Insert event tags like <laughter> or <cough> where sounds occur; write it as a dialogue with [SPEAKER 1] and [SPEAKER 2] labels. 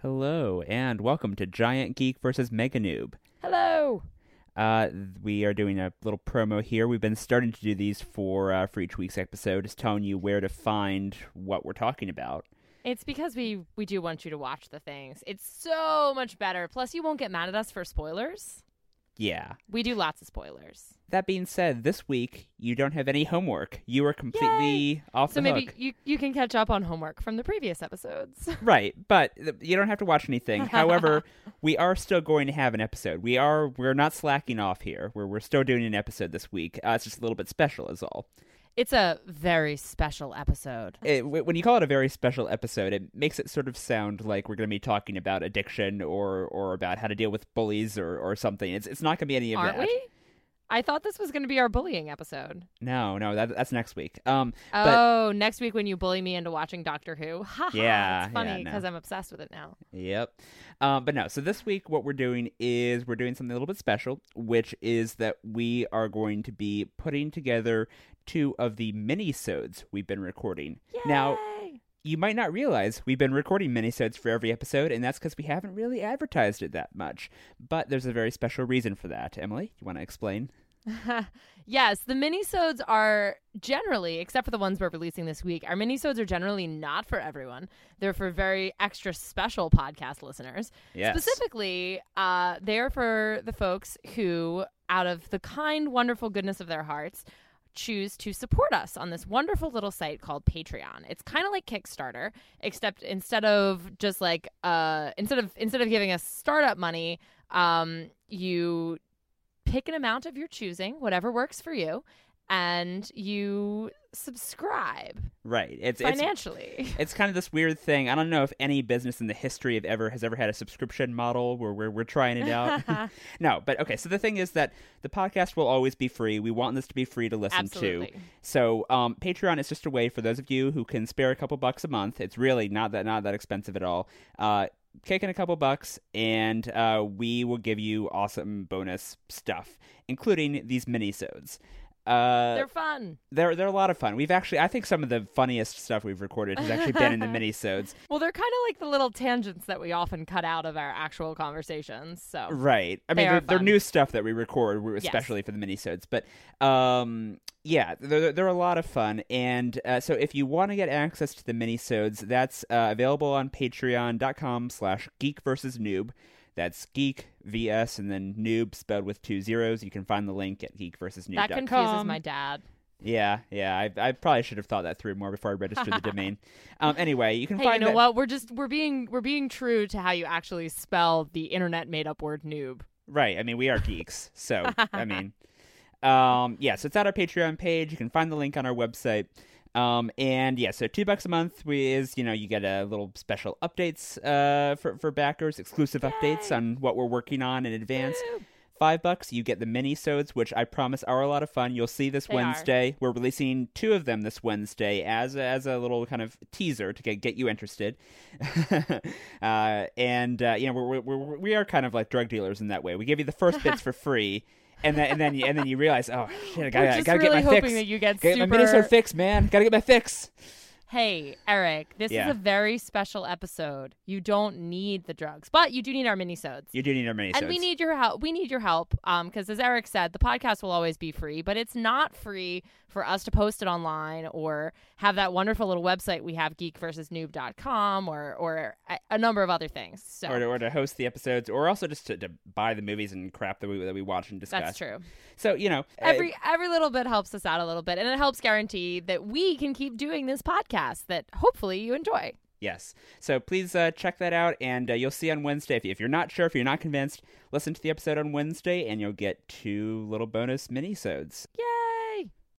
[SPEAKER 1] Hello, and welcome to Giant Geek versus Mega Noob.
[SPEAKER 2] Hello.
[SPEAKER 1] Uh, we are doing a little promo here. We've been starting to do these for uh, for each week's episode, just telling you where to find what we're talking about.
[SPEAKER 2] It's because we we do want you to watch the things. It's so much better. Plus, you won't get mad at us for spoilers.
[SPEAKER 1] Yeah.
[SPEAKER 2] We do lots of spoilers.
[SPEAKER 1] That being said, this week you don't have any homework. You are completely off
[SPEAKER 2] So
[SPEAKER 1] the
[SPEAKER 2] maybe
[SPEAKER 1] hook.
[SPEAKER 2] you, you can catch up on homework from the previous episodes. <laughs>
[SPEAKER 1] Right, but th- you don't have to watch anything. However, we are still going to have an episode. We are we're not slacking off here. We're we're still doing an episode this week. Uh, it's just a little bit special, is all.
[SPEAKER 2] It's a very special episode.
[SPEAKER 1] it, w- when you call it a very special episode, it makes it sort of sound like we're going to be talking about addiction or or about how to deal with bullies or, or something. It's it's not going to be any of
[SPEAKER 2] Aren't
[SPEAKER 1] that.
[SPEAKER 2] we? I thought this was going to be our bullying episode.
[SPEAKER 1] No, no, that, that's next week. Um,
[SPEAKER 2] oh, next week when you bully me into watching Doctor Who. <laughs> Ha ha,
[SPEAKER 1] Yeah,
[SPEAKER 2] It's funny
[SPEAKER 1] yeah, no.
[SPEAKER 2] because I'm obsessed with it now.
[SPEAKER 1] yep. Um, but no. So this week, what we're doing is we're doing something a little bit special, which is that we are going to be putting together two of the mini-sodes we've been recording. Now,
[SPEAKER 2] Yay!
[SPEAKER 1] you might not realize we've been recording minisodes for every episode, and that's because we haven't really advertised it that much. But there's a very special reason for that. Emily, you want to explain?
[SPEAKER 2] yes, the minisodes are generally, except for the ones we're releasing this week, our minisodes are generally not for everyone. They're for very extra special podcast listeners.
[SPEAKER 1] Yes.
[SPEAKER 2] Specifically, uh, they are for the folks who, out of the kind, wonderful goodness of their hearts, choose to support us on this wonderful little site called Patreon. It's kind of like Kickstarter, except instead of just like uh, instead of instead of giving us startup money, um, you pick an amount of your choosing, whatever works for you, and you subscribe
[SPEAKER 1] Right. It's it's
[SPEAKER 2] financially.
[SPEAKER 1] it's kind of this weird thing. I don't know if any business in the history of ever has ever had a subscription model where we're we're trying it
[SPEAKER 2] <laughs>
[SPEAKER 1] out. no, but okay. So the thing is that the podcast will always be free. We want this to be free to listen to.
[SPEAKER 2] Absolutely.
[SPEAKER 1] So um, Patreon is just a way for those of you who can spare a couple bucks a month. It's really not that not that expensive at all. Uh, kick in a couple bucks, and uh, we will give you awesome bonus stuff, including these minisodes. Uh,
[SPEAKER 2] They're fun.
[SPEAKER 1] they're they're a lot of fun. We've actually, I think, some of the funniest stuff we've recorded has actually been in the minisodes.
[SPEAKER 2] Well, they're kind of like the little tangents that we often cut out of our actual conversations. So,
[SPEAKER 1] Right. I mean,
[SPEAKER 2] They
[SPEAKER 1] they are
[SPEAKER 2] are
[SPEAKER 1] they're
[SPEAKER 2] fun.
[SPEAKER 1] new stuff that we record, we're-
[SPEAKER 2] Yes.
[SPEAKER 1] especially for the minisodes. But um, yeah, they're, they're a lot of fun. And uh, so if you want to get access to the minisodes, that's uh, available on patreon.com slash geek versus noob. That's geek, VS, and then noob spelled with two zeros. You can find the link at geekversusnoob.com.
[SPEAKER 2] that confuses my dad.
[SPEAKER 1] Yeah, yeah. I, I probably should have thought that through more before I
[SPEAKER 2] <laughs>
[SPEAKER 1] registered the domain. Um, anyway, you can
[SPEAKER 2] Hey,
[SPEAKER 1] find
[SPEAKER 2] you know
[SPEAKER 1] that-
[SPEAKER 2] what? We're just we're being we're being true to how you actually spell the internet made up word noob.
[SPEAKER 1] Right. I mean, we are geeks. So, I
[SPEAKER 2] <laughs>
[SPEAKER 1] mean, um, yeah, so it's at our Patreon page. You can find the link on our website. Um, and yeah, so two bucks a month we is, you know, you get a little special updates, uh, for, for backers, exclusive updates on what we're working on in advance. Five bucks, you get the mini sodes, which I promise are a lot of fun. You'll see this
[SPEAKER 2] They are.
[SPEAKER 1] Wednesday. We're releasing two of them this Wednesday as a, as a little kind of teaser to get, get you interested. <laughs> uh, and uh, you know we're, we're, we're, we are kind of like drug dealers in that way. We give you the first
[SPEAKER 2] <laughs>
[SPEAKER 1] bits for free, and then and then you, and then you realize, oh shit, I gotta,
[SPEAKER 2] we're
[SPEAKER 1] I
[SPEAKER 2] just
[SPEAKER 1] gotta
[SPEAKER 2] really
[SPEAKER 1] get my
[SPEAKER 2] hoping
[SPEAKER 1] fix.
[SPEAKER 2] that you get
[SPEAKER 1] Gotta get my
[SPEAKER 2] super.
[SPEAKER 1] minisode fix, man. Gotta get my fix.
[SPEAKER 2] hey, Eric, this
[SPEAKER 1] Yeah.
[SPEAKER 2] is a very special episode. You don't need the drugs, but you do need our minisodes.
[SPEAKER 1] You do need our minisodes.
[SPEAKER 2] and we need your help. We need your help because, as Eric said, the podcast will always be free, but it's not free for us to post it online or have that wonderful little website we have, geekversusnoob.com, or or a, a number of other things. So
[SPEAKER 1] or to, or to host the episodes, or also just to, to buy the movies and crap that we that we watch and discuss.
[SPEAKER 2] that's true.
[SPEAKER 1] So you know, uh,
[SPEAKER 2] Every every little bit helps us out a little bit, and it helps guarantee that we can keep doing this podcast that hopefully you enjoy.
[SPEAKER 1] Yes. So please uh, check that out, and uh, you'll see on Wednesday. If, if you're not sure, if you're not convinced, listen to the episode on Wednesday, and you'll get two little bonus minisodes.